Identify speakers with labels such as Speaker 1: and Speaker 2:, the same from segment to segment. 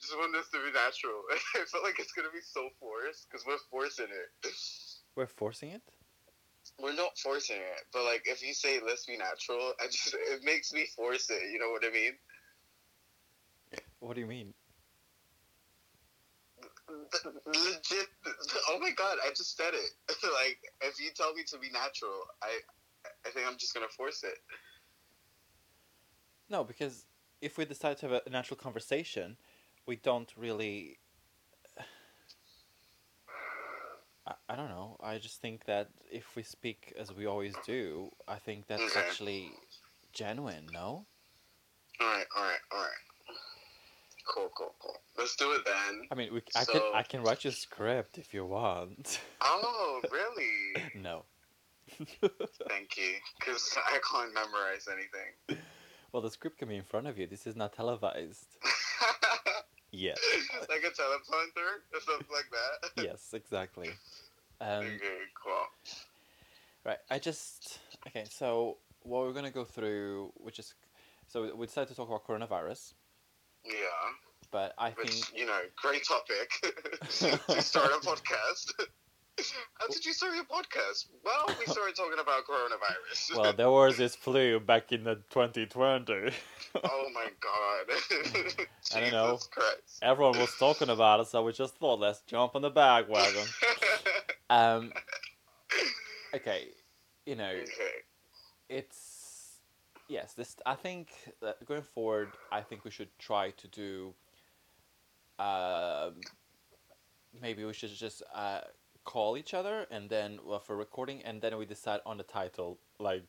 Speaker 1: just want this to be natural. I felt like it's gonna be so forced because we're forcing it.
Speaker 2: We're forcing it?
Speaker 1: We're not forcing it, but like if you say let's be natural, I just it makes me force it. You know what I mean?
Speaker 2: What do you mean?
Speaker 1: Legit. Oh my god, I just said it. like if you tell me to be natural, I I think I'm just gonna force it.
Speaker 2: No, because if we decide to have a natural conversation, we don't really. I, I don't know. I just think that if we speak as we always do, I think that's
Speaker 1: Okay.
Speaker 2: actually genuine, no?
Speaker 1: All right, all right, all right. Cool, cool, cool. Let's do it then.
Speaker 2: I mean, we, I, can,
Speaker 1: So-
Speaker 2: I can write you a script if you want.
Speaker 1: Oh, really?
Speaker 2: no.
Speaker 1: Thank you, because I can't memorize anything.
Speaker 2: well, the script can be in front of you. This is not televised. Yes.
Speaker 1: like a teleprompter or something like that.
Speaker 2: Yes, exactly. Um,
Speaker 1: okay, cool.
Speaker 2: Right. I just okay. So what we're gonna go through, which is, so we decided to talk about coronavirus,
Speaker 1: Yeah,
Speaker 2: but I think
Speaker 1: which you know, great topic to start a podcast. How did you start your podcast? Well, we started talking about coronavirus.
Speaker 2: well there was this flu back in the 2020.
Speaker 1: oh my god!
Speaker 2: I don't know.
Speaker 1: Jesus Christ.
Speaker 2: Everyone was talking about it, so we just thought let's jump on the bandwagon. Um. Okay. You know,
Speaker 1: okay.
Speaker 2: it's yes. This I think that going forward, I think we should try to do. Um, maybe we should just uh, call each other and then well, for recording, and then we decide on the title, like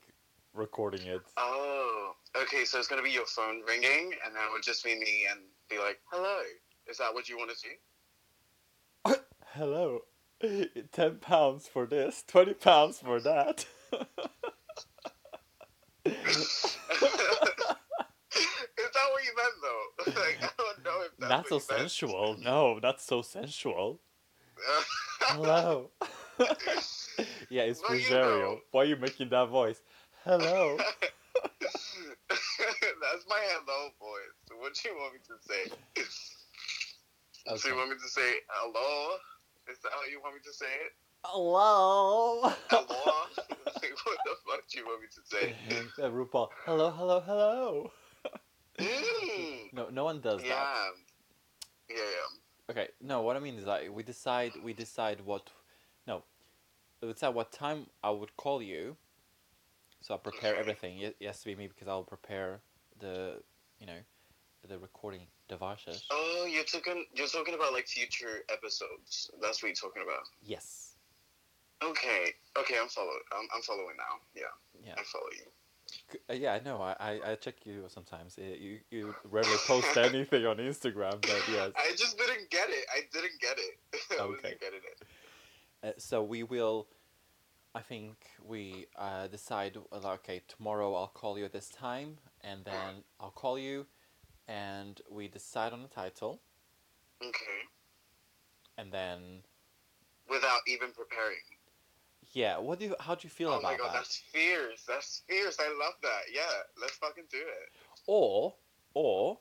Speaker 2: recording it.
Speaker 1: Oh, okay. So it's gonna be your phone ringing, and that would just be me and be like, "Hello, is that what you want to see?"
Speaker 2: Hello, ten pounds for this, twenty pounds for that.
Speaker 1: is that what you meant though? like, I don't know if that's,
Speaker 2: That's so
Speaker 1: what you meant.
Speaker 2: sensual. No, that's so sensual. Hello. yeah, it's
Speaker 1: Well, you
Speaker 2: Rosario.
Speaker 1: know.
Speaker 2: Why are you making that voice? Hello.
Speaker 1: that's my hello voice. So What do you want me to say? So
Speaker 2: Okay.
Speaker 1: you want me to say hello? Is that how you want me to say it?
Speaker 2: Hello.
Speaker 1: Hello? like, what the fuck do you want me to say?
Speaker 2: Uh, RuPaul. Hello, hello, hello.
Speaker 1: Mm,
Speaker 2: No, no one does
Speaker 1: yeah. Yeah, yeah.
Speaker 2: that. Okay. No, what I mean is like we decide. We decide what. No, we decide what time I would call you. So I prepare
Speaker 1: Okay.
Speaker 2: everything. It it has to be me because I'll prepare the, you know, the recording devices.
Speaker 1: Oh, you're talking you're talking about like future episodes. That's what you're talking about.
Speaker 2: Yes.
Speaker 1: Okay, okay, I'm following. I'm, I'm following now. Yeah,
Speaker 2: Yeah.
Speaker 1: I follow you.
Speaker 2: C- Uh, yeah, I know. I, I, I check you sometimes. Uh, You you rarely post anything on Instagram, but yes.
Speaker 1: I just didn't get it. I didn't get it. I
Speaker 2: Okay.
Speaker 1: wasn't getting it.
Speaker 2: Uh, so we will. I think we uh, decide. uh, like, Okay, tomorrow I'll call you at this time, and then I'll call you, and we decide on the title,
Speaker 1: Okay.
Speaker 2: and then
Speaker 1: Without even preparing.
Speaker 2: yeah. What do you? How do you feel
Speaker 1: oh
Speaker 2: about
Speaker 1: my god,
Speaker 2: that?
Speaker 1: that's fierce. That's fierce. I love that. Yeah, let's fucking do it.
Speaker 2: Or or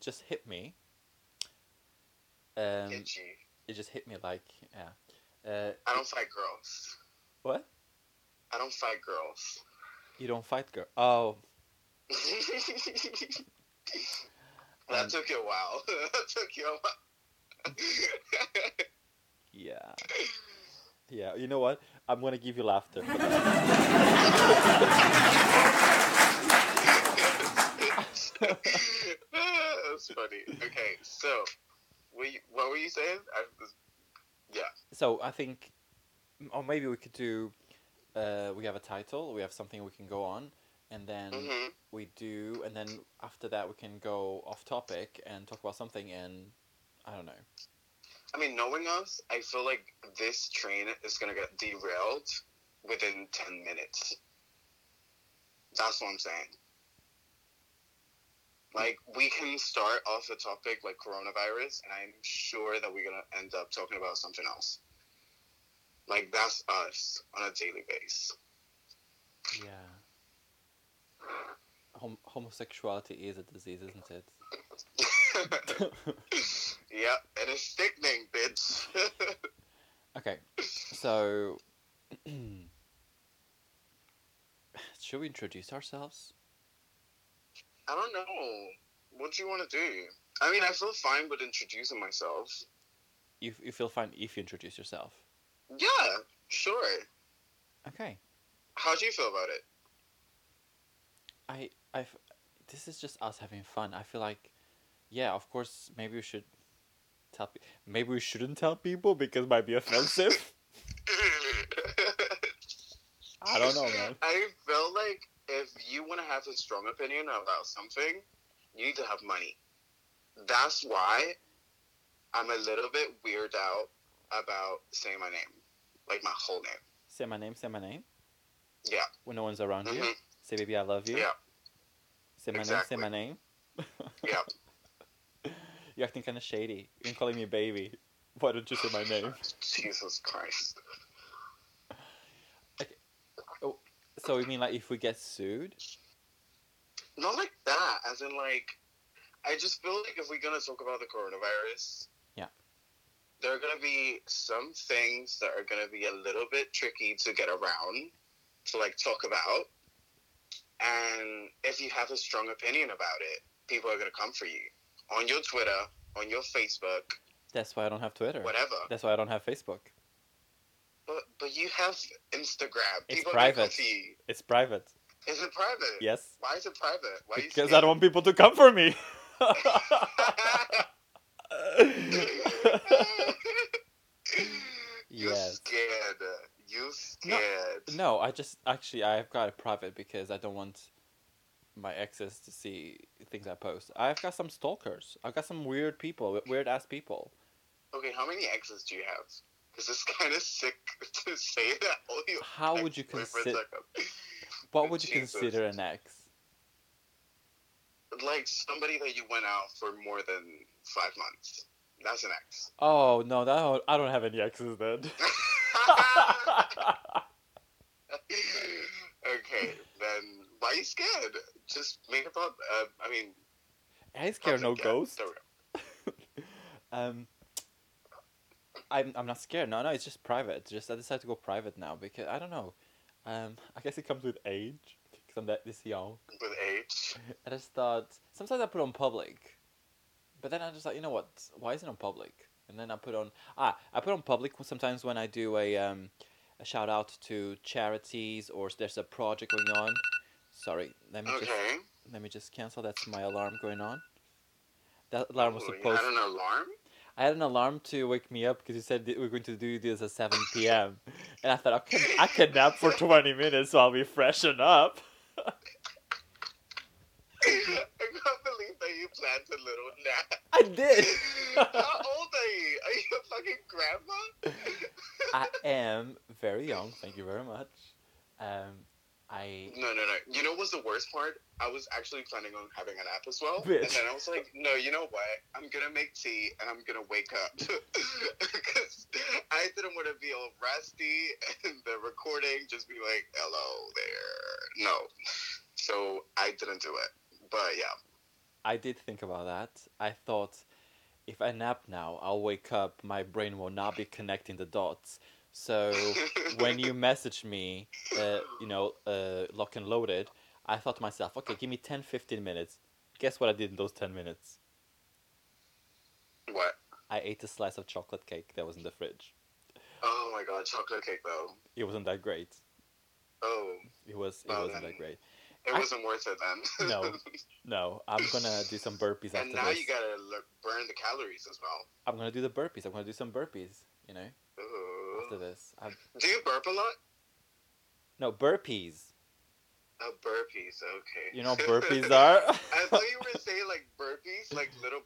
Speaker 2: just hit me. Um,
Speaker 1: Itchy.
Speaker 2: it just hit me like yeah. Uh,
Speaker 1: I don't fight girls.
Speaker 2: what?
Speaker 1: I don't fight girls.
Speaker 2: You don't fight, girl. Oh.
Speaker 1: that
Speaker 2: Um,
Speaker 1: took you a while. that took you a while.
Speaker 2: Yeah. Yeah, you know what? I'm gonna give you laughter. for that.
Speaker 1: That's funny. Okay, so we, what were you saying? I, yeah.
Speaker 2: so I think, or maybe we could do. Uh, we have a title. We have something we can go on, and then
Speaker 1: hmm
Speaker 2: we do, and then after that we can go off topic and talk about something. And I don't know.
Speaker 1: I mean, knowing us, I feel like this train is gonna get derailed within ten minutes. That's what I'm saying. Like we can start off a topic like coronavirus, and I'm sure that we're gonna end up talking about something else. Like that's us on a daily base.
Speaker 2: Yeah. Hom- homosexuality is a disease, isn't it?
Speaker 1: Yep, and it's sickening, bitch.
Speaker 2: Okay, so should we introduce ourselves?
Speaker 1: I don't know. What do you want to do? I mean, I feel fine with introducing myself.
Speaker 2: You you feel fine if you introduce yourself.
Speaker 1: Yeah, sure.
Speaker 2: Okay,
Speaker 1: How do you feel about it?
Speaker 2: I I this is just us having fun. I feel like yeah, of course maybe we should tell pe- maybe we shouldn't tell people because it might be offensive. I don't know, man.
Speaker 1: I felt like if you want to have a strong opinion about something, you need to have money. That's why I'm a little bit weird out about saying my name, like my whole name.
Speaker 2: Say my name, say my name.
Speaker 1: Yeah.
Speaker 2: When no one's around you.
Speaker 1: Mhm.
Speaker 2: Say baby I love you.
Speaker 1: Yeah.
Speaker 2: Say my
Speaker 1: exactly.
Speaker 2: name, say my name.
Speaker 1: Yeah.
Speaker 2: You're acting kinda shady. You're calling me baby. Why don't you say my name?
Speaker 1: Jesus Christ.
Speaker 2: So you mean like if we get sued?
Speaker 1: Not like that. As in, like, I just feel like if we're gonna talk about the coronavirus,
Speaker 2: Yeah.
Speaker 1: there are gonna be some things that are gonna be a little bit tricky to get around to like talk about, and if you have a strong opinion about it, people are gonna come for you on your Twitter, on your Facebook,
Speaker 2: That's why I don't have Twitter.
Speaker 1: whatever.
Speaker 2: That's why I don't have Facebook.
Speaker 1: But but you have Instagram.
Speaker 2: It's
Speaker 1: People are gonna come
Speaker 2: private.
Speaker 1: for you.
Speaker 2: It's private.
Speaker 1: Is it private?
Speaker 2: Yes.
Speaker 1: Why is it private? Why are you
Speaker 2: Because I don't want people to come for me.
Speaker 1: scared? you
Speaker 2: Yes.
Speaker 1: scared. You scared.
Speaker 2: no, I just actually I've got it private because I don't want my exes to see things I post. I've got some stalkers. I've got some weird people, weird ass people.
Speaker 1: Okay, how many exes do you have? Because it's kind of sick to say that. All your
Speaker 2: How would you
Speaker 1: ex-boyfriends
Speaker 2: consider?
Speaker 1: are com-
Speaker 2: What would you
Speaker 1: Jesus.
Speaker 2: consider an ex?
Speaker 1: Like somebody that you went out for more than five months. That's an ex.
Speaker 2: Oh no, that don't- I don't have any exes then.
Speaker 1: okay, then why are you scared? Just make a thought. Uh, I mean,
Speaker 2: I scare no
Speaker 1: yeah,
Speaker 2: ghost.
Speaker 1: there we go.
Speaker 2: Um, I'm I'm not scared. No, no, it's just private. Just I decided to go private now because I don't know. Um, I guess it comes with age because I'm that this young.
Speaker 1: With age.
Speaker 2: I just thought sometimes I put on public, but then I just thought, you know what? Why is it on public? And then I put on ah, I put on public sometimes when I do a um, a shout out to charities or there's a project going on. Sorry, let me just
Speaker 1: Okay.
Speaker 2: let me just cancel. That's my alarm going on. That alarm was
Speaker 1: Ooh, you
Speaker 2: supposed.
Speaker 1: had an alarm?
Speaker 2: I had an alarm to wake me up because you said that we're going to do this at 7 p.m. And I thought, I can, I can nap for 20 minutes so I'll be freshened up.
Speaker 1: I can't believe that you planned a little nap.
Speaker 2: I did.
Speaker 1: How old are you? Are you a fucking grandma?
Speaker 2: I am very young. Thank you very much. Um, I.
Speaker 1: No, no, no. You know what's the worst part? I was actually planning on having a nap as well. And
Speaker 2: Bitch.
Speaker 1: then I was like, no, you know what? I'm gonna make tea and I'm gonna wake up. Because I didn't want to be all rusty and the recording just be like, hello there. No. So I didn't do it. But yeah.
Speaker 2: I did think about that. I thought if I nap now, I'll wake up, my brain will not be connecting the dots. So when you messaged me, uh, you know, uh, lock and loaded, I thought to myself, okay, give me 10, 15 minutes. Guess what I did in those 10 minutes?
Speaker 1: What?
Speaker 2: I ate a slice of chocolate cake that was in the fridge.
Speaker 1: Oh my god, chocolate cake though.
Speaker 2: It wasn't that great.
Speaker 1: Oh,
Speaker 2: It was. It
Speaker 1: Well,
Speaker 2: wasn't
Speaker 1: then-
Speaker 2: that great.
Speaker 1: it
Speaker 2: I-
Speaker 1: wasn't worth it then.
Speaker 2: No. No, I'm gonna do some burpees after
Speaker 1: and now
Speaker 2: this.
Speaker 1: you gotta look, burn the calories as well.
Speaker 2: I'm gonna do the burpees. I'm gonna do some burpees. You know, after
Speaker 1: Ooh.
Speaker 2: this. i
Speaker 1: Do you burp a lot?
Speaker 2: no burpees.
Speaker 1: Oh, burpees. Okay.
Speaker 2: You know what burpees are.
Speaker 1: I thought you were saying like burpees, like little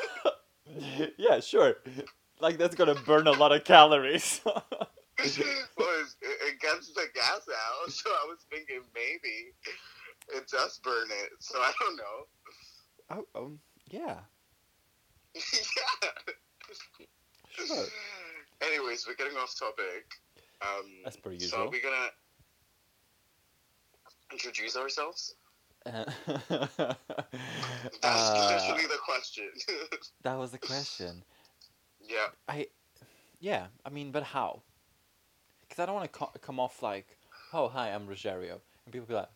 Speaker 1: burps.
Speaker 2: yeah, sure. Like that's gonna burn a lot of calories.
Speaker 1: well, it's, it, it gets the gas out, so I was thinking maybe it does burn it. So I don't know.
Speaker 2: oh, um, yeah,
Speaker 1: yeah.
Speaker 2: sure.
Speaker 1: Anyways, we're getting off topic. Um,
Speaker 2: As per
Speaker 1: So
Speaker 2: usual.
Speaker 1: are we gonna introduce ourselves?
Speaker 2: Uh,
Speaker 1: That's
Speaker 2: uh,
Speaker 1: literally the question.
Speaker 2: that was the question.
Speaker 1: yeah.
Speaker 2: I, yeah, I mean, but how? Because I don't want to co- come off like, oh, hi, I'm Rogerio. And people be like,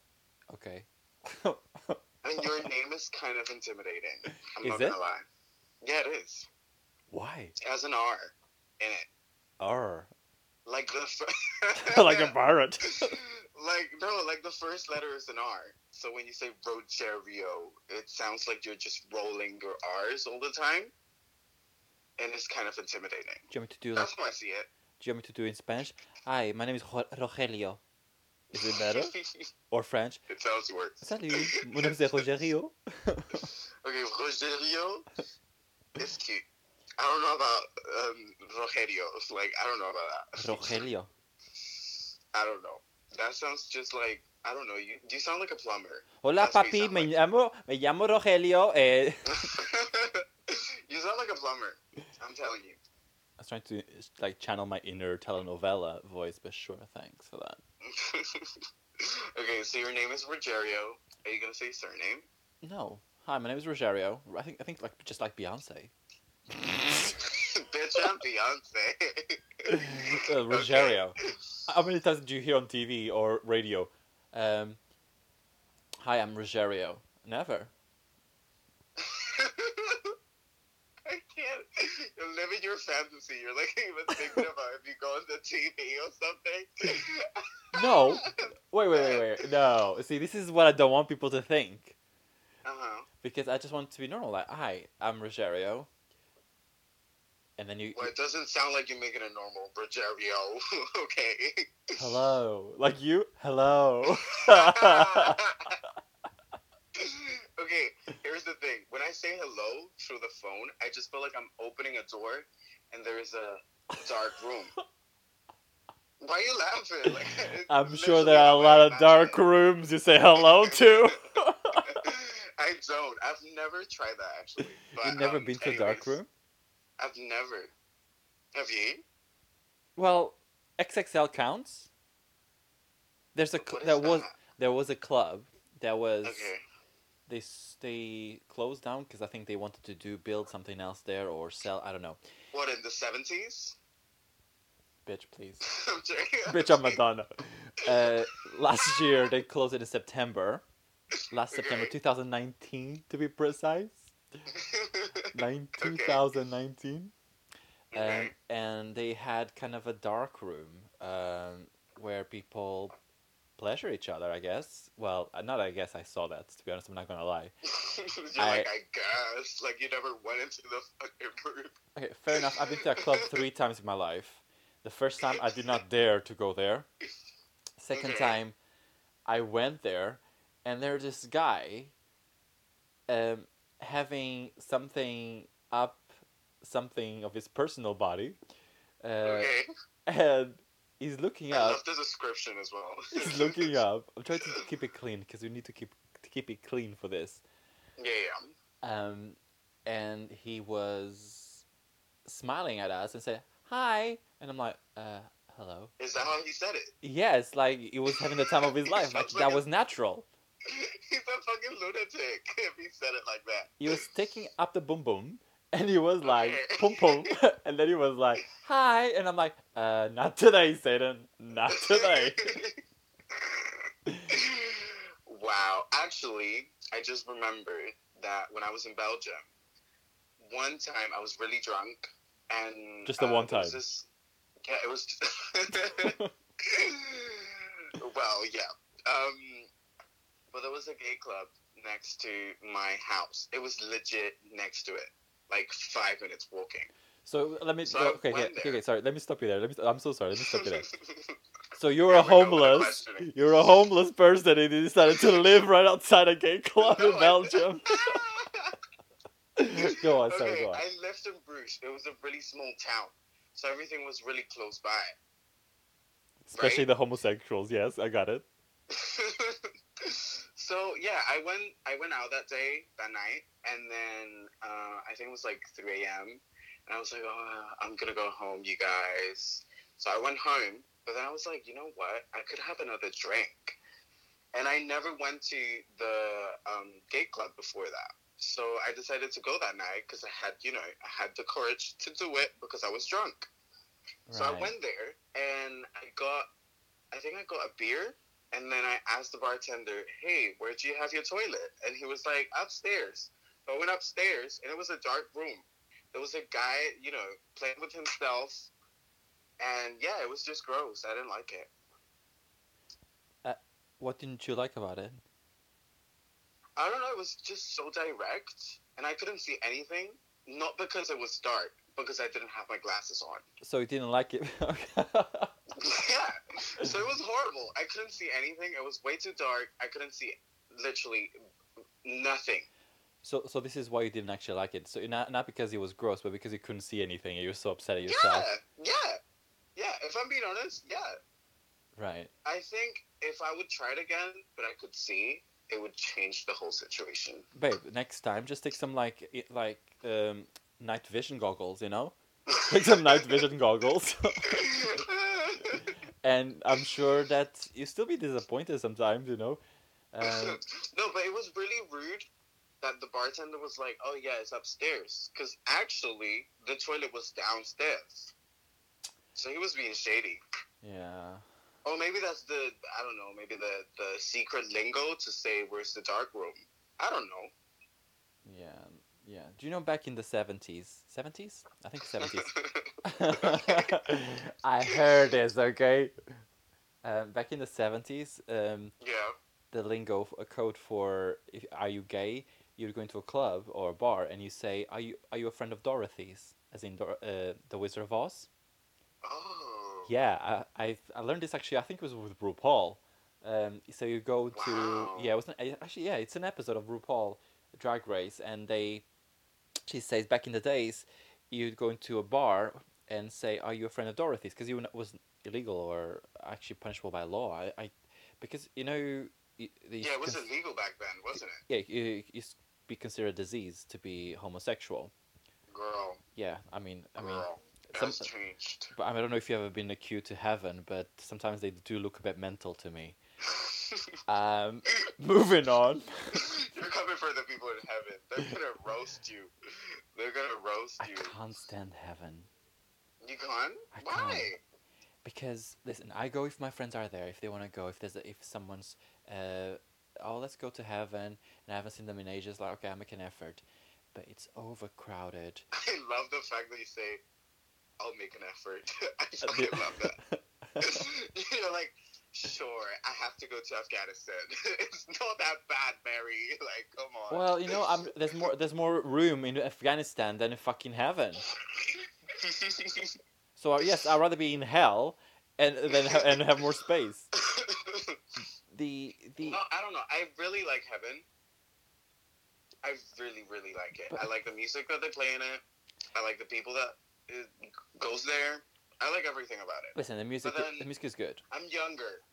Speaker 2: okay.
Speaker 1: And your name is kind of intimidating. I'm
Speaker 2: Is
Speaker 1: not
Speaker 2: it?
Speaker 1: gonna lie. Yeah, it is.
Speaker 2: Why?
Speaker 1: It has an R in it.
Speaker 2: R.
Speaker 1: Like the fir-
Speaker 2: like a pirate.
Speaker 1: like no, like the first letter is an R. So when you say Rogerio, it sounds like you're just rolling your R's all the time, and it's kind of intimidating.
Speaker 2: Do you want me to do like,
Speaker 1: That's how I see it.
Speaker 2: do you want me to do in Spanish? Hi, my name is Jo- Rogelio. Is it better? Or French?
Speaker 1: it sounds worse.
Speaker 2: Salut, mon nom c'est Rogerio.
Speaker 1: Okay, Rogerio is cute. I don't know about um, Rogerio. It's Like, I don't know about that.
Speaker 2: Rogelio.
Speaker 1: I don't know. That sounds just like, I don't know. You, you sound like a plumber.
Speaker 2: Hola,
Speaker 1: That's what you
Speaker 2: papi,
Speaker 1: sound
Speaker 2: me
Speaker 1: like.
Speaker 2: llamo, me llamo Rogelio. Eh,
Speaker 1: you sound like a plumber. I'm telling you.
Speaker 2: I was trying to like channel my inner telenovela voice, but sure, thanks for that.
Speaker 1: okay, so your name is Rogerio. Are you going to say surname?
Speaker 2: No, hi, my name is Rogerio. I think I think like just like Beyonce.
Speaker 1: Bitch, I'm Beyonce.
Speaker 2: Uh, Rogerio. How many times do you hear on TV or radio? Um, hi, I'm Rogerio. Never.
Speaker 1: I can't. You're living your fantasy. You're like even thinking about if you go on the TV or something.
Speaker 2: No. Wait, wait, wait, wait. No. See, this is what I don't want people to think
Speaker 1: Uh huh.
Speaker 2: because I just want it to be normal. Like, hi, I'm Rogerio. And then you,
Speaker 1: Well, it doesn't sound like you're making a normal Rogerio. okay.
Speaker 2: hello, like you, hello.
Speaker 1: okay. Here's the thing. When I say hello through the phone, I just feel like I'm opening a door, and there is a dark room. Why are you laughing? Like, it's
Speaker 2: I'm sure
Speaker 1: literally
Speaker 2: there are a
Speaker 1: how I
Speaker 2: lot of
Speaker 1: imagine
Speaker 2: dark
Speaker 1: it.
Speaker 2: rooms you say hello to.
Speaker 1: I don't. I've never tried that actually. But,
Speaker 2: You've never
Speaker 1: um,
Speaker 2: been to a dark
Speaker 1: anyways,
Speaker 2: room?
Speaker 1: I've never. Have you?
Speaker 2: Well, XXL counts. There's a
Speaker 1: What
Speaker 2: cl-
Speaker 1: is
Speaker 2: there was
Speaker 1: that?
Speaker 2: there was a club that was
Speaker 1: Okay.
Speaker 2: they s- they closed down because I think they wanted to do build something else there or sell I don't know.
Speaker 1: What in the seventies?
Speaker 2: Bitch, please.
Speaker 1: I'm joking.
Speaker 2: Bitch, I'm Madonna. Uh, last year they closed it in September. Last September
Speaker 1: Okay.
Speaker 2: 2019 to be precise. Nine,
Speaker 1: Okay.
Speaker 2: 2019.
Speaker 1: Okay.
Speaker 2: Um, and they had kind of a dark room um, where people pleasure each other, I guess. Well, uh, not I guess I saw that, to be honest, I'm not gonna lie.
Speaker 1: You're
Speaker 2: I-
Speaker 1: like, I guess. Like, you never went into the fucking room.
Speaker 2: Okay, fair enough. I've been to a club three times in my life. The first time, I did not dare to go there. Second
Speaker 1: Okay.
Speaker 2: time, I went there, and there's this guy um, having something up, something of his personal body. Uh,
Speaker 1: okay.
Speaker 2: And he's looking
Speaker 1: I
Speaker 2: up.
Speaker 1: love the description as well.
Speaker 2: He's looking up. I'm trying to keep it clean because we need to keep to keep it clean for this.
Speaker 1: Yeah, yeah.
Speaker 2: Um, and he was smiling at us and said, "Hi," and I'm like, "Uh, hello."
Speaker 1: Is that how he said it?
Speaker 2: Yes, like he was having the time of his
Speaker 1: He
Speaker 2: life. Like
Speaker 1: sounds like
Speaker 2: that
Speaker 1: a-
Speaker 2: was natural.
Speaker 1: He's a fucking lunatic if he said it like that.
Speaker 2: He was taking up the boom boom, and he was like,
Speaker 1: Okay.
Speaker 2: "Pum pum," and then he was like, "Hi," and I'm like, "Uh, not today, Satan. Not today."
Speaker 1: wow. Actually, I just remembered that when I was in Belgium, one time I was really drunk and
Speaker 2: Just the one
Speaker 1: there was
Speaker 2: time.
Speaker 1: this- yeah, it was Well, yeah. Um but there was a gay club next to my house. It was legit next to it. Like five minutes walking.
Speaker 2: So let me.
Speaker 1: So I
Speaker 2: okay, okay,
Speaker 1: went
Speaker 2: okay,
Speaker 1: there.
Speaker 2: okay. Sorry, let me stop you there. Let me. St- I'm so sorry. Let me stop you there.
Speaker 1: Wait,
Speaker 2: So you're a
Speaker 1: Here we go with the
Speaker 2: homeless,
Speaker 1: questioning.
Speaker 2: you're a homeless person, and you decided to live right outside a gay club
Speaker 1: No,
Speaker 2: in
Speaker 1: I-
Speaker 2: Belgium. go on, sorry,
Speaker 1: okay,
Speaker 2: go on.
Speaker 1: I lived in Bruges. It was a really small town, so everything was really close by.
Speaker 2: Especially the homosexuals. Yes, I got it.
Speaker 1: so yeah, I went. I went out that day, that night, and then uh, I think it was like three a.m. And I was like, oh, I'm gonna go home, you guys. So I went home, but then I was like, you know what? I could have another drink. And I never went to the um, gay club before that. So I decided to go that night because I had, you know, I had the courage to do it because I was drunk. So I
Speaker 2: Right.
Speaker 1: went there and I got, I think I got a beer. And then I asked the bartender, hey, where do you have your toilet? And he was like, upstairs. So I went upstairs and it was a dark room. There was a guy, you know, playing with himself. And yeah, it was just gross. I didn't like it.
Speaker 2: What didn't you like about it?
Speaker 1: I don't know. It was just so direct, and I couldn't see anything. Not because it was dark, because I didn't have my glasses on.
Speaker 2: So you didn't like it. Okay.
Speaker 1: yeah, so it was horrible. I couldn't see anything. It was way too dark. I couldn't see literally nothing.
Speaker 2: so so this is why you didn't actually like it. So not not because it was gross, but because you couldn't see anything and you were so upset at
Speaker 1: Yeah,
Speaker 2: yourself.
Speaker 1: yeah, yeah. If I'm being honest, yeah.
Speaker 2: Right.
Speaker 1: I think if I would try it again, but I could see, it would change the whole situation.
Speaker 2: Babe, next time just take some like i- like um night vision goggles, you know? Take some night vision goggles. and I'm sure that you still be disappointed sometimes, you know. Um,
Speaker 1: no, but it was really rude that the bartender was like, "Oh yeah, it's upstairs," because actually the toilet was downstairs. So he was being shady.
Speaker 2: yeah.
Speaker 1: Oh, maybe that's the I don't know. Maybe the the secret lingo to say where's the dark room. I don't know.
Speaker 2: Yeah. Yeah. Do you know back in the 70s? 70s? I think 70s. I heard this, okay? Um, back in the 70s, um,
Speaker 1: yeah.
Speaker 2: the lingo, f- a code for if, are you gay? You're going to a club or a bar and you say, are you are you a friend of Dorothy's? As in Dor- uh, the Wizard of Oz?
Speaker 1: Oh.
Speaker 2: Yeah, I, I I learned this actually. I think it was with RuPaul. Um, so you go to
Speaker 1: Wow.
Speaker 2: yeah, it was an, actually yeah, it's an episode of RuPaul Drag Race, and they she says back in the days, you'd go into a bar and say, "Are you a friend of Dorothy's?" Because you n- was illegal or actually punishable by law. I, I because you know you, you
Speaker 1: Yeah, it was
Speaker 2: cons-
Speaker 1: illegal back then, wasn't it,
Speaker 2: yeah you, you s- be considered a disease to be homosexual.
Speaker 1: girl?
Speaker 2: Yeah, I mean I mean.
Speaker 1: girl,
Speaker 2: some-
Speaker 1: that's changed.
Speaker 2: But I don't know if you've ever been a queue to heaven, but sometimes they do look a bit mental to me. Um, moving on.
Speaker 1: You're coming for the people in heaven. They're gonna roast you. They're gonna roast
Speaker 2: I
Speaker 1: you.
Speaker 2: can't stand heaven
Speaker 1: You gone?
Speaker 2: I
Speaker 1: Why?
Speaker 2: because listen, I go if my friends are there, if they want to go, if there's a, if someone's, uh, oh let's go to heaven, and I haven't seen them in ages. Like okay, I make an effort, but it's overcrowded.
Speaker 1: I love the fact that you say, "I'll make an effort." I fucking love that. You're like, sure, I have to go to Afghanistan. it's not that bad, Mary. Like, come on.
Speaker 2: well, you know, I'm, there's more there's more room in Afghanistan than in fucking heaven. So uh, yes, I'd rather be in hell and than ha- and have more space. The the
Speaker 1: no, I don't know. I really like Heaven. I really, really like it. I like the music that they play in it. I like the people that it goes there. I like everything about it.
Speaker 2: listen, the music
Speaker 1: then-
Speaker 2: the music is good.
Speaker 1: I'm younger,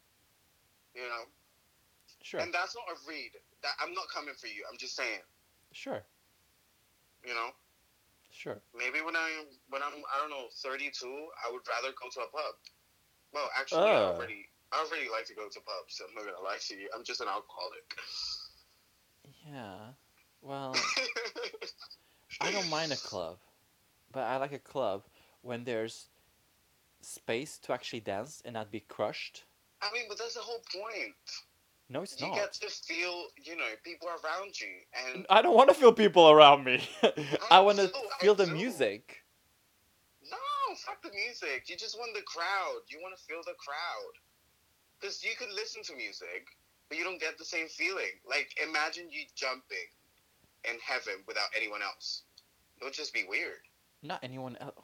Speaker 1: you know,
Speaker 2: Sure,
Speaker 1: and that's not a read. That I'm not coming for you. I'm just saying,
Speaker 2: sure,
Speaker 1: you know.
Speaker 2: sure.
Speaker 1: Maybe when I'm when I'm I don't know thirty two, I would rather go to a pub. Well, actually, I
Speaker 2: Oh.
Speaker 1: already I already like to go to pubs. I'm not gonna lie to you. I'm just an alcoholic.
Speaker 2: Yeah. Well, I don't mind a club, but I like a club when there's space to actually dance and not be crushed.
Speaker 1: I mean, but that's the whole point.
Speaker 2: No, it's
Speaker 1: you
Speaker 2: not.
Speaker 1: get to feel, you know, people around you, and
Speaker 2: I don't want to feel people around me. I want to
Speaker 1: do, I
Speaker 2: feel the
Speaker 1: do.
Speaker 2: music.
Speaker 1: no, fuck the music. You just want the crowd. You want to feel the crowd, because you can listen to music, but you don't get the same feeling. Like imagine you jumping in heaven without anyone else. It would just be weird.
Speaker 2: Not anyone else.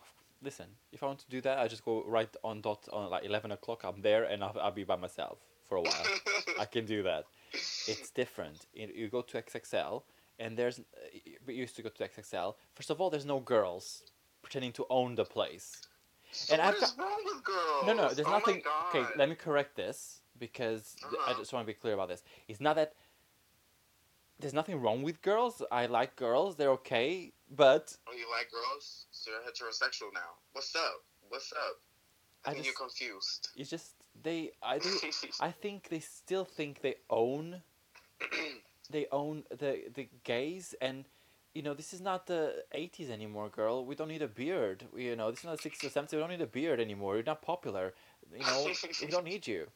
Speaker 2: Listen, if I want to do that, I just go right on dot on like eleven o'clock. I'm there, and I'll, I'll be by myself for a while. Uh, I can do that. It's different. You, you go to XXL, and there's. uh, We used to go to XXL. First of all, there's no girls pretending to own the place.
Speaker 1: So
Speaker 2: And I've
Speaker 1: what is wrong with girls?
Speaker 2: No, no, there's
Speaker 1: Oh my
Speaker 2: nothing. Okay,
Speaker 1: God.
Speaker 2: let me correct this because th- I
Speaker 1: Uh-huh.
Speaker 2: just want to be clear about this. It's not that there's nothing wrong with girls. I like girls, they're okay, but
Speaker 1: Oh, you like girls? So you're heterosexual now. What's up? What's up?
Speaker 2: I
Speaker 1: I, think
Speaker 2: just-
Speaker 1: you're confused.
Speaker 2: it's just they I do I think they still think they own they own the the gays and you know this is not the 80s anymore girl we don't need a beard We- you know this is not the 60s or 70s we don't need a beard anymore you're not popular you know we don't need you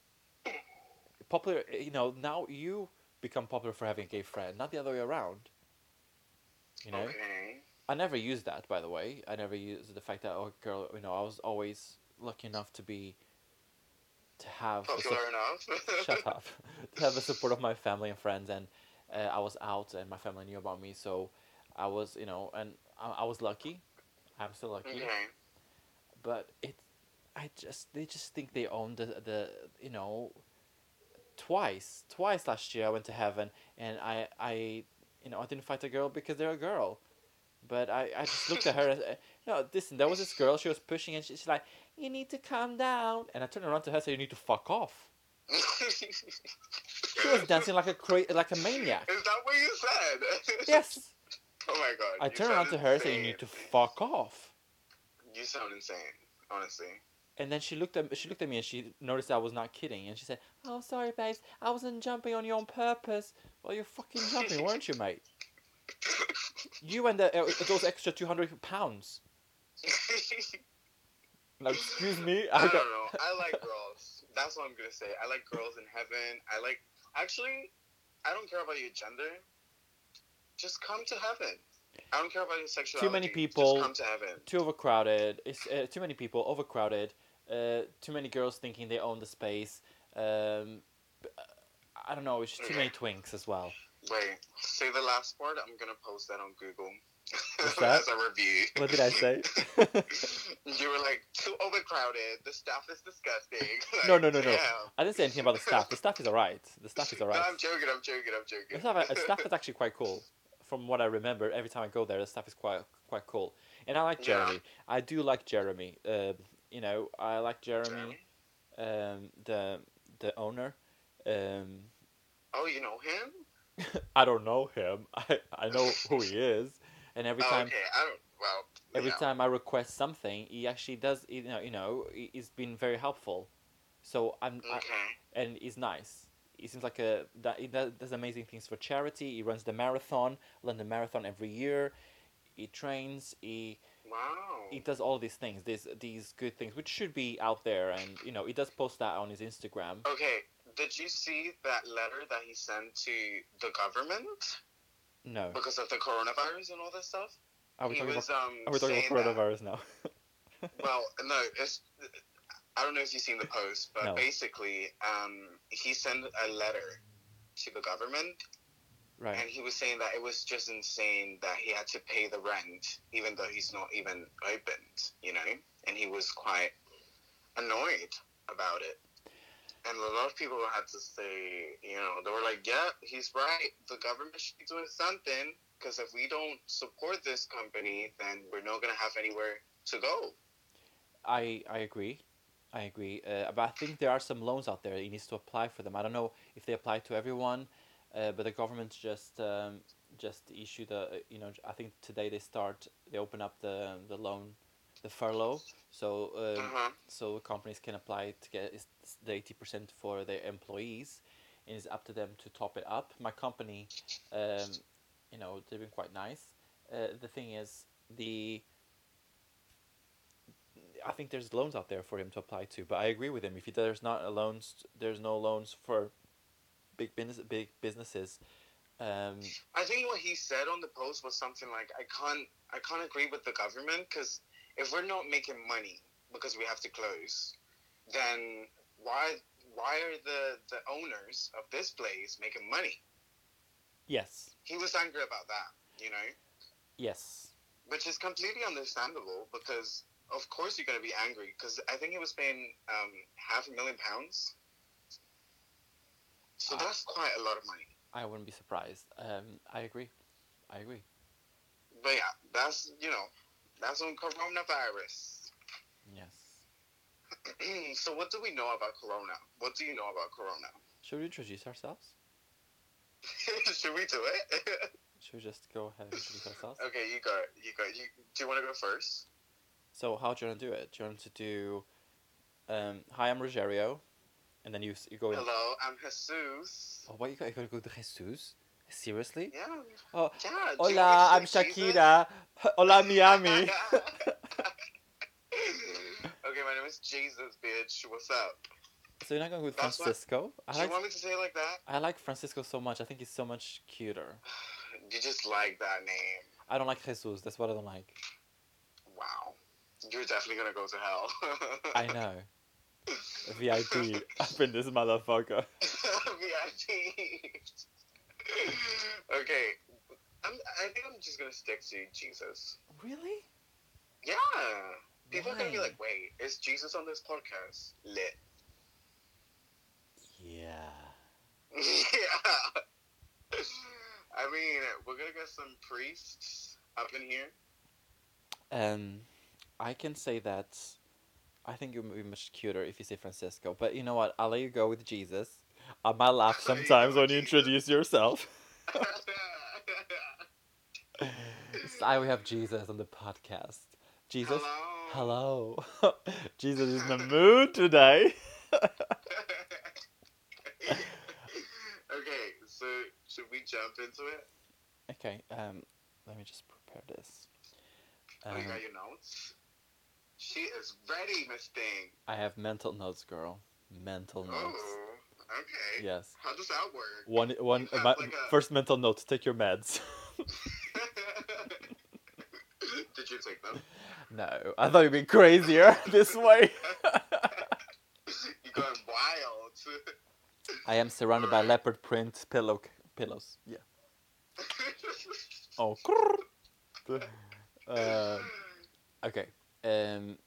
Speaker 2: popular you know now you become popular for having a gay friend not the other way around you know
Speaker 1: Okay.
Speaker 2: I never used that, by the way. I never used the fact that oh, girl, you know, I was always lucky enough to be to have the
Speaker 1: Popular
Speaker 2: sup-
Speaker 1: enough.
Speaker 2: shut up to have the support of my family and friends, and uh, I was out, and my family knew about me, so I was, you know, and I, I was lucky. I'm still lucky,
Speaker 1: Okay.
Speaker 2: but it, I just they just think they own the the you know. Twice, twice last year I went to heaven, and I I you know, I didn't fight a girl because they're a girl. But I, I just looked at her. And, uh, no, listen, there was this girl. She was pushing, and she, she's like, "You need to calm down." And I turned around to her, and said, "You need to fuck off." She was dancing like a cra- like a maniac.
Speaker 1: Is that what you said?
Speaker 2: Yes.
Speaker 1: Oh my god.
Speaker 2: I
Speaker 1: you
Speaker 2: turned
Speaker 1: sound
Speaker 2: around to her, and said, "You
Speaker 1: insane.
Speaker 2: need to fuck off."
Speaker 1: You sound insane, honestly.
Speaker 2: And then she looked at she looked at me, and she noticed I was not kidding, and she said, "Oh, sorry, babes. I wasn't jumping on you on purpose." Well, you're fucking jumping, weren't you, mate? You and the, uh, those extra two hundred pounds. Like, excuse me.
Speaker 1: I don't know. I like girls. That's what I'm gonna say. I like girls in heaven. I like. Actually, I don't care about your gender. Just come to heaven. I don't care about your sexuality.
Speaker 2: people-
Speaker 1: Just come to heaven.
Speaker 2: too overcrowded. It's uh, too many people, overcrowded. Uh, too many girls thinking they own the space. Um, b- I don't know. It's just too many twinks as well.
Speaker 1: Wait. Say the last word. I'm gonna post that on Google.
Speaker 2: What's that?
Speaker 1: As a review.
Speaker 2: What did I say?
Speaker 1: you were like too overcrowded. The staff is disgusting. Like,
Speaker 2: No, no, no, no.
Speaker 1: damn.
Speaker 2: I didn't say anything about the staff. The staff is alright. The staff is alright.
Speaker 1: No, I'm joking. I'm joking. I'm joking.
Speaker 2: The staff, the staff is actually quite cool. From what I remember, every time I go there, the staff is quite quite cool. And I like
Speaker 1: Yeah.
Speaker 2: Jeremy. I do like Jeremy. Um, you know, I like Jeremy,
Speaker 1: Jeremy?
Speaker 2: um, the the owner. Um,
Speaker 1: Oh, you know him?
Speaker 2: I don't know him. I, I know who he is. And every
Speaker 1: oh,
Speaker 2: time
Speaker 1: okay. I don't. Well.
Speaker 2: every
Speaker 1: yeah.
Speaker 2: time I request something, he actually does. You know, you know, he- he's been very helpful. So I'm I,
Speaker 1: Okay.
Speaker 2: and he's nice. He seems like a that he does, does amazing things for charity. He runs the marathon, London Marathon every year. He trains. He
Speaker 1: Wow.
Speaker 2: he does all these things. These these good things, which should be out there. And you know, he does post that on his Instagram.
Speaker 1: Okay. Did you see that letter that he sent to the government
Speaker 2: No,
Speaker 1: because of the coronavirus and all this stuff?
Speaker 2: are we
Speaker 1: he
Speaker 2: talking
Speaker 1: was
Speaker 2: about
Speaker 1: um.
Speaker 2: are we talking
Speaker 1: saying
Speaker 2: about
Speaker 1: that-
Speaker 2: coronavirus now?
Speaker 1: Well, no, it's. I don't know if you've seen the post, but
Speaker 2: No.
Speaker 1: basically, um, he sent a letter to the government,
Speaker 2: right.
Speaker 1: and he was saying that it was just insane that he had to pay the rent, even though he's not even opened, you know. And he was quite annoyed about it. And a lot of people had to say, you know, they were like, "Yeah, he's right. The government should be doing something because if we don't support this company, then we're not gonna have anywhere to go."
Speaker 2: I I agree, I agree. Uh, but I think there are some loans out there. He needs to apply for them. I don't know if they apply to everyone, uh, but the government just um, just issued a you know I think today they start they open up the the loan, the furlough. So um,
Speaker 1: Uh-huh.
Speaker 2: so companies can apply to get is- the eighty percent for their employees, and it's up to them to top it up. My company, um, you know, they've been quite nice. Uh, the thing is, the I think there's loans out there for him to apply to, but I agree with him. If he, there's not a loans, there's no loans for big business, big businesses. Um,
Speaker 1: I think what he said on the post was something like, "I can't, I can't agree with the government because if we're not making money because we have to close, then why, why are the the owners of this place making money?"
Speaker 2: yes,
Speaker 1: He was angry about that, you know,
Speaker 2: yes,
Speaker 1: which is completely understandable because of course you're gonna be angry because I think he was paying um, half a million pounds, so
Speaker 2: Ah.
Speaker 1: that's quite a lot of money.
Speaker 2: I wouldn't be surprised. Um, I agree, I agree.
Speaker 1: But yeah, that's you know, that's on coronavirus.
Speaker 2: Yes.
Speaker 1: Mm, so what do we know about corona what do you know about corona
Speaker 2: Should we introduce ourselves?
Speaker 1: should we do it
Speaker 2: Should we just go ahead and introduce ourselves?
Speaker 1: okay you go you go you, do you want to go first
Speaker 2: So how do you want to do it? Do you want to do? Um, hi, I'm Rogerio. and then you s- you go in.
Speaker 1: Hello, I'm Jesus.
Speaker 2: Oh, what you gotta, you gotta go to Jesus? Seriously?
Speaker 1: Yeah.
Speaker 2: Oh,
Speaker 1: yeah
Speaker 2: Hola, I'm
Speaker 1: Jewish, like Jesus.
Speaker 2: Shakira. Hola, Miami.
Speaker 1: okay, my name is Jesus, bitch. What's up?
Speaker 2: so you're not going with
Speaker 1: That's what-
Speaker 2: Francisco? I
Speaker 1: Do you
Speaker 2: like
Speaker 1: want me to say it like that?
Speaker 2: I like Francisco so much. I think he's so much cuter.
Speaker 1: You just like that name.
Speaker 2: I don't like Jesus. That's what I don't like.
Speaker 1: Wow. You're definitely gonna go to hell.
Speaker 2: I know. VIP up in this motherfucker.
Speaker 1: VIP. okay. I'm, I think I'm just gonna stick to Jesus.
Speaker 2: Really?
Speaker 1: Yeah. People are gonna be
Speaker 2: Why?
Speaker 1: like, wait, is Jesus on this podcast? Lit.
Speaker 2: Yeah.
Speaker 1: yeah. I mean, we're gonna get some priests up in here.
Speaker 2: Um, I can say that. I think it would be much cuter if you say Francisco. But you know what? I'll let you go with Jesus. I might laugh
Speaker 1: I'll let you
Speaker 2: sometimes
Speaker 1: go
Speaker 2: when
Speaker 1: with
Speaker 2: you
Speaker 1: Jesus.
Speaker 2: introduce yourself. It's I we have Jesus on the podcast. Jesus,
Speaker 1: Hello.
Speaker 2: hello. Jesus is in the mood today.
Speaker 1: okay, so should we jump into it?
Speaker 2: Okay. Um, let me just prepare this.
Speaker 1: Oh,
Speaker 2: Um,
Speaker 1: you got your notes? She is ready, Miss Thing.
Speaker 2: I have mental notes, girl. Mental
Speaker 1: Oh,
Speaker 2: notes.
Speaker 1: okay.
Speaker 2: Yes.
Speaker 1: How does that work?
Speaker 2: One one
Speaker 1: You have
Speaker 2: my,
Speaker 1: like a-
Speaker 2: first mental note. Take your meds.
Speaker 1: Did you take them?
Speaker 2: no, I thought you'd be crazier this way.
Speaker 1: You're going wild.
Speaker 2: I am surrounded by
Speaker 1: Alright.
Speaker 2: leopard print pillow pillows. Yeah. Oh. uh, okay. Um.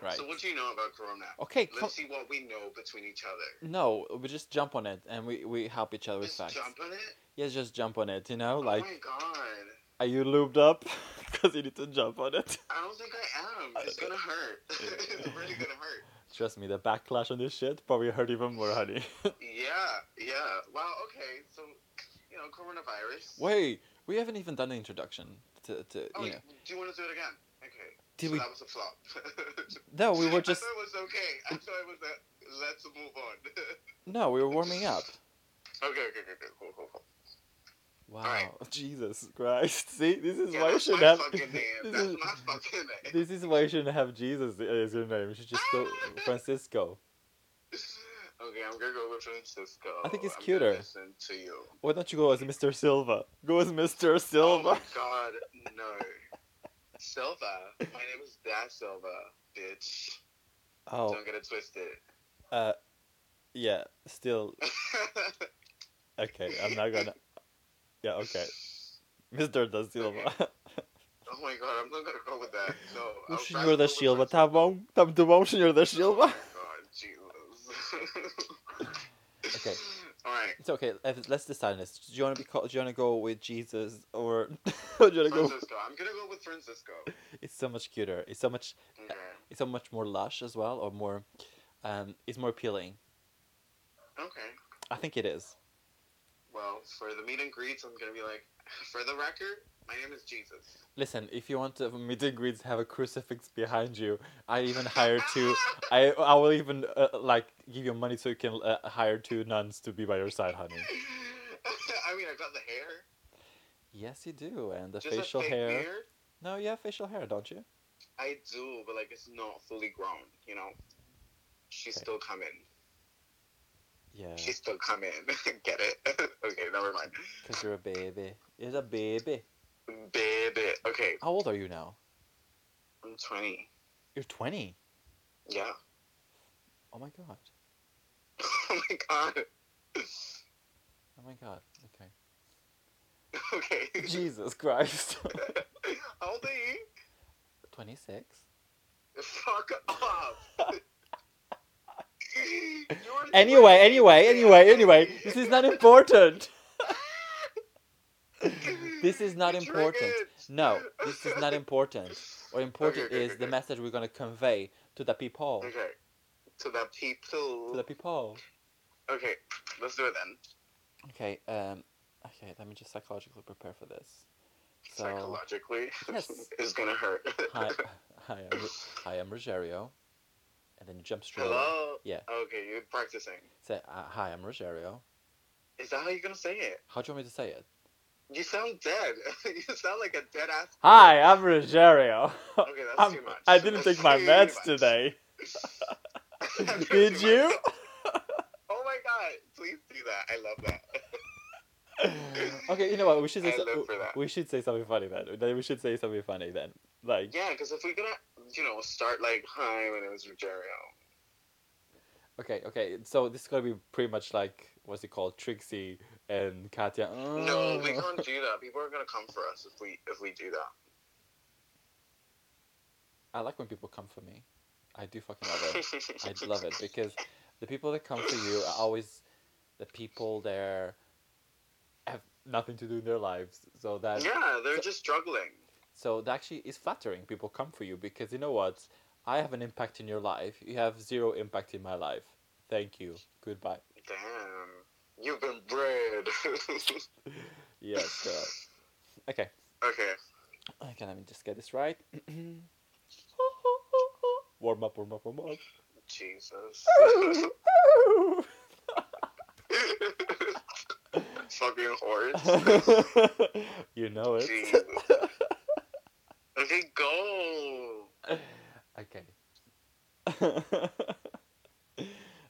Speaker 2: Right.
Speaker 1: So what do you know about Corona?
Speaker 2: Okay.
Speaker 1: Let's
Speaker 2: Come,
Speaker 1: see what we know between each other.
Speaker 2: no, we just jump on it and we we help each other with
Speaker 1: Just
Speaker 2: facts.
Speaker 1: jump on it.
Speaker 2: Yes, just jump on it. You know, like,
Speaker 1: oh my god,
Speaker 2: are you lubed up? Because you need to jump on it.
Speaker 1: I don't think I
Speaker 2: Uh,
Speaker 1: am. It's gonna hurt. it's really gonna hurt.
Speaker 2: Trust me, the backlash on this shit probably hurt even more, honey.
Speaker 1: Yeah, yeah. Wow. Okay. So, you know, coronavirus.
Speaker 2: Wait, we haven't even done the introduction to, to
Speaker 1: Oh,
Speaker 2: you know.
Speaker 1: do you want to do it again? Okay.
Speaker 2: Did
Speaker 1: so
Speaker 2: we?
Speaker 1: That was a flop.
Speaker 2: No, we were just
Speaker 1: I thought it was okay. I thought it was a let's move on.
Speaker 2: no, we were warming up.
Speaker 1: okay. Okay. Okay. okay, Cool. Cool. Cool.
Speaker 2: Wow,
Speaker 1: right.
Speaker 2: Jesus Christ! See, this is
Speaker 1: Yeah,
Speaker 2: why you
Speaker 1: that's
Speaker 2: should
Speaker 1: my
Speaker 2: have.
Speaker 1: fucking name.
Speaker 2: This
Speaker 1: That's
Speaker 2: is,
Speaker 1: my fucking name.
Speaker 2: this is why you shouldn't have Jesus as your name. You should just go Francisco.
Speaker 1: Okay, I'm gonna go with Francisco.
Speaker 2: I think it's
Speaker 1: I'm gonna
Speaker 2: cuter.
Speaker 1: Listen to you.
Speaker 2: Why don't you go as Mr. Silva? Go as Mr.
Speaker 1: Oh
Speaker 2: Silva.
Speaker 1: my god, no. Silva. My name is Da Silva, bitch.
Speaker 2: Oh,
Speaker 1: Don't get it twisted.
Speaker 2: uh, yeah. Still okay. I'm not gonna. Yeah, okay. Mr. Da Silva.
Speaker 1: oh my god, I'm not gonna go with that. No.
Speaker 2: O
Speaker 1: I'll
Speaker 2: senhor da
Speaker 1: rather go
Speaker 2: Silva,
Speaker 1: with
Speaker 2: tá bom? Tá muito bom, senhor da
Speaker 1: Francisco.
Speaker 2: Silva?
Speaker 1: Oh my god, Jesus.
Speaker 2: Okay.
Speaker 1: Alright.
Speaker 2: It's okay. Let's let's decide on this. Do you want to be called? Do you want to go with Jesus or or do you want to go?
Speaker 1: Francisco. I'm gonna go with Francisco.
Speaker 2: It's so much cuter. It's so much.
Speaker 1: Okay.
Speaker 2: It's so much more lush as well, or more. Um, it's more appealing.
Speaker 1: Okay.
Speaker 2: I think it is.
Speaker 1: Well, for the meet and greets, I'm gonna be like, for the record, my name is Jesus.
Speaker 2: Listen, if you want to have a meet and greets, have a crucifix behind you. I even hire two. I I will even uh, like give you money so you can uh, hire two nuns to be by your side, honey.
Speaker 1: I mean, I got the hair.
Speaker 2: Yes, you do, and the
Speaker 1: Just
Speaker 2: facial
Speaker 1: a fake
Speaker 2: hair.
Speaker 1: Beard.
Speaker 2: No, you have facial hair, don't you?
Speaker 1: I do, but like it's not fully grown. You know, she's
Speaker 2: Okay.
Speaker 1: still coming.
Speaker 2: Yeah,
Speaker 1: She's still coming. Get it? okay, never mind.
Speaker 2: because you're a baby. You're a baby.
Speaker 1: Baby. Okay,
Speaker 2: How old are you now?
Speaker 1: I'm 20.
Speaker 2: You're 20.
Speaker 1: Yeah.
Speaker 2: Oh my god.
Speaker 1: Oh my god.
Speaker 2: Oh my god. Okay.
Speaker 1: Okay.
Speaker 2: Jesus Christ.
Speaker 1: How old are you?
Speaker 2: 26.
Speaker 1: Fuck off. You're
Speaker 2: Anyway, anyway,
Speaker 1: 20.
Speaker 2: anyway, anyway. This is not important. This is not
Speaker 1: You're
Speaker 2: important.
Speaker 1: triggered.
Speaker 2: No, this is not important. What important
Speaker 1: Okay, okay,
Speaker 2: is
Speaker 1: okay,
Speaker 2: the
Speaker 1: okay.
Speaker 2: message we're gonna convey to the people.
Speaker 1: Okay. To the people.
Speaker 2: To the people.
Speaker 1: Okay, let's do it then.
Speaker 2: Okay. Um. Okay. Let me just psychologically prepare for this. So,
Speaker 1: Psychologically,
Speaker 2: Yes.
Speaker 1: is gonna hurt.
Speaker 2: hi, hi, I'm, Ru- hi, I'm Rogerio. and then you jump straight.
Speaker 1: Hello.
Speaker 2: Yeah.
Speaker 1: Okay, you're practicing.
Speaker 2: Say, uh, "Hi, I'm Rosario."
Speaker 1: Is that how you're gonna say it?
Speaker 2: How do you want me to say it?
Speaker 1: You sound dead. you sound like a dead ass.
Speaker 2: Hi, I'm Rosario.
Speaker 1: Okay, that's
Speaker 2: I'm-
Speaker 1: too much.
Speaker 2: I didn't
Speaker 1: That's
Speaker 2: take my
Speaker 1: too
Speaker 2: meds
Speaker 1: much.
Speaker 2: today.
Speaker 1: That's too
Speaker 2: Did
Speaker 1: much.
Speaker 2: you?
Speaker 1: Oh my god! Please do that. I love that.
Speaker 2: okay, you know what? We should say
Speaker 1: I
Speaker 2: so-
Speaker 1: live for that.
Speaker 2: we should say something funny then. Then We should say something funny then. Like
Speaker 1: Yeah, because if we're gonna, you know, start like, hi, my name is Rogerio.
Speaker 2: okay, okay. So this is gonna be pretty much like what's it called, Trixie and Katya.
Speaker 1: No, we
Speaker 2: Oh.
Speaker 1: can't do that. People are gonna come for us if we if we do that.
Speaker 2: I like when people come for me. I do fucking love it. I love it because the people that come for you are always the people there have nothing to do in their lives. So that
Speaker 1: yeah, they're
Speaker 2: so-
Speaker 1: just struggling.
Speaker 2: so that actually is flattering. People come for you because you know what? I have an impact in your life. You have zero impact in my life. Thank you. Goodbye.
Speaker 1: Damn, you've been bred.
Speaker 2: Yes. Girl. Okay.
Speaker 1: okay.
Speaker 2: Okay. Let me just get this right. warm up. Warm up. Warm up.
Speaker 1: Jesus. Fucking horse.
Speaker 2: you know it.
Speaker 1: Jesus. Okay, go.
Speaker 2: Okay.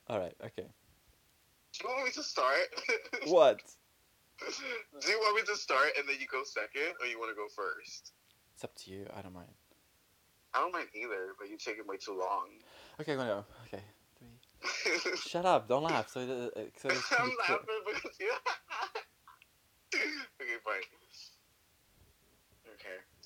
Speaker 2: All right. Okay.
Speaker 1: Do you want me to start?
Speaker 2: What?
Speaker 1: Do you want me to start and then you go second, or you want to go first?
Speaker 2: It's up to you. I don't mind.
Speaker 1: I don't mind either, but you're taking way too long.
Speaker 2: Okay. I'm gonna. Okay. Three. Shut up! Don't laugh. So, uh, so it's
Speaker 1: I'm
Speaker 2: gonna be clear.
Speaker 1: laughing because you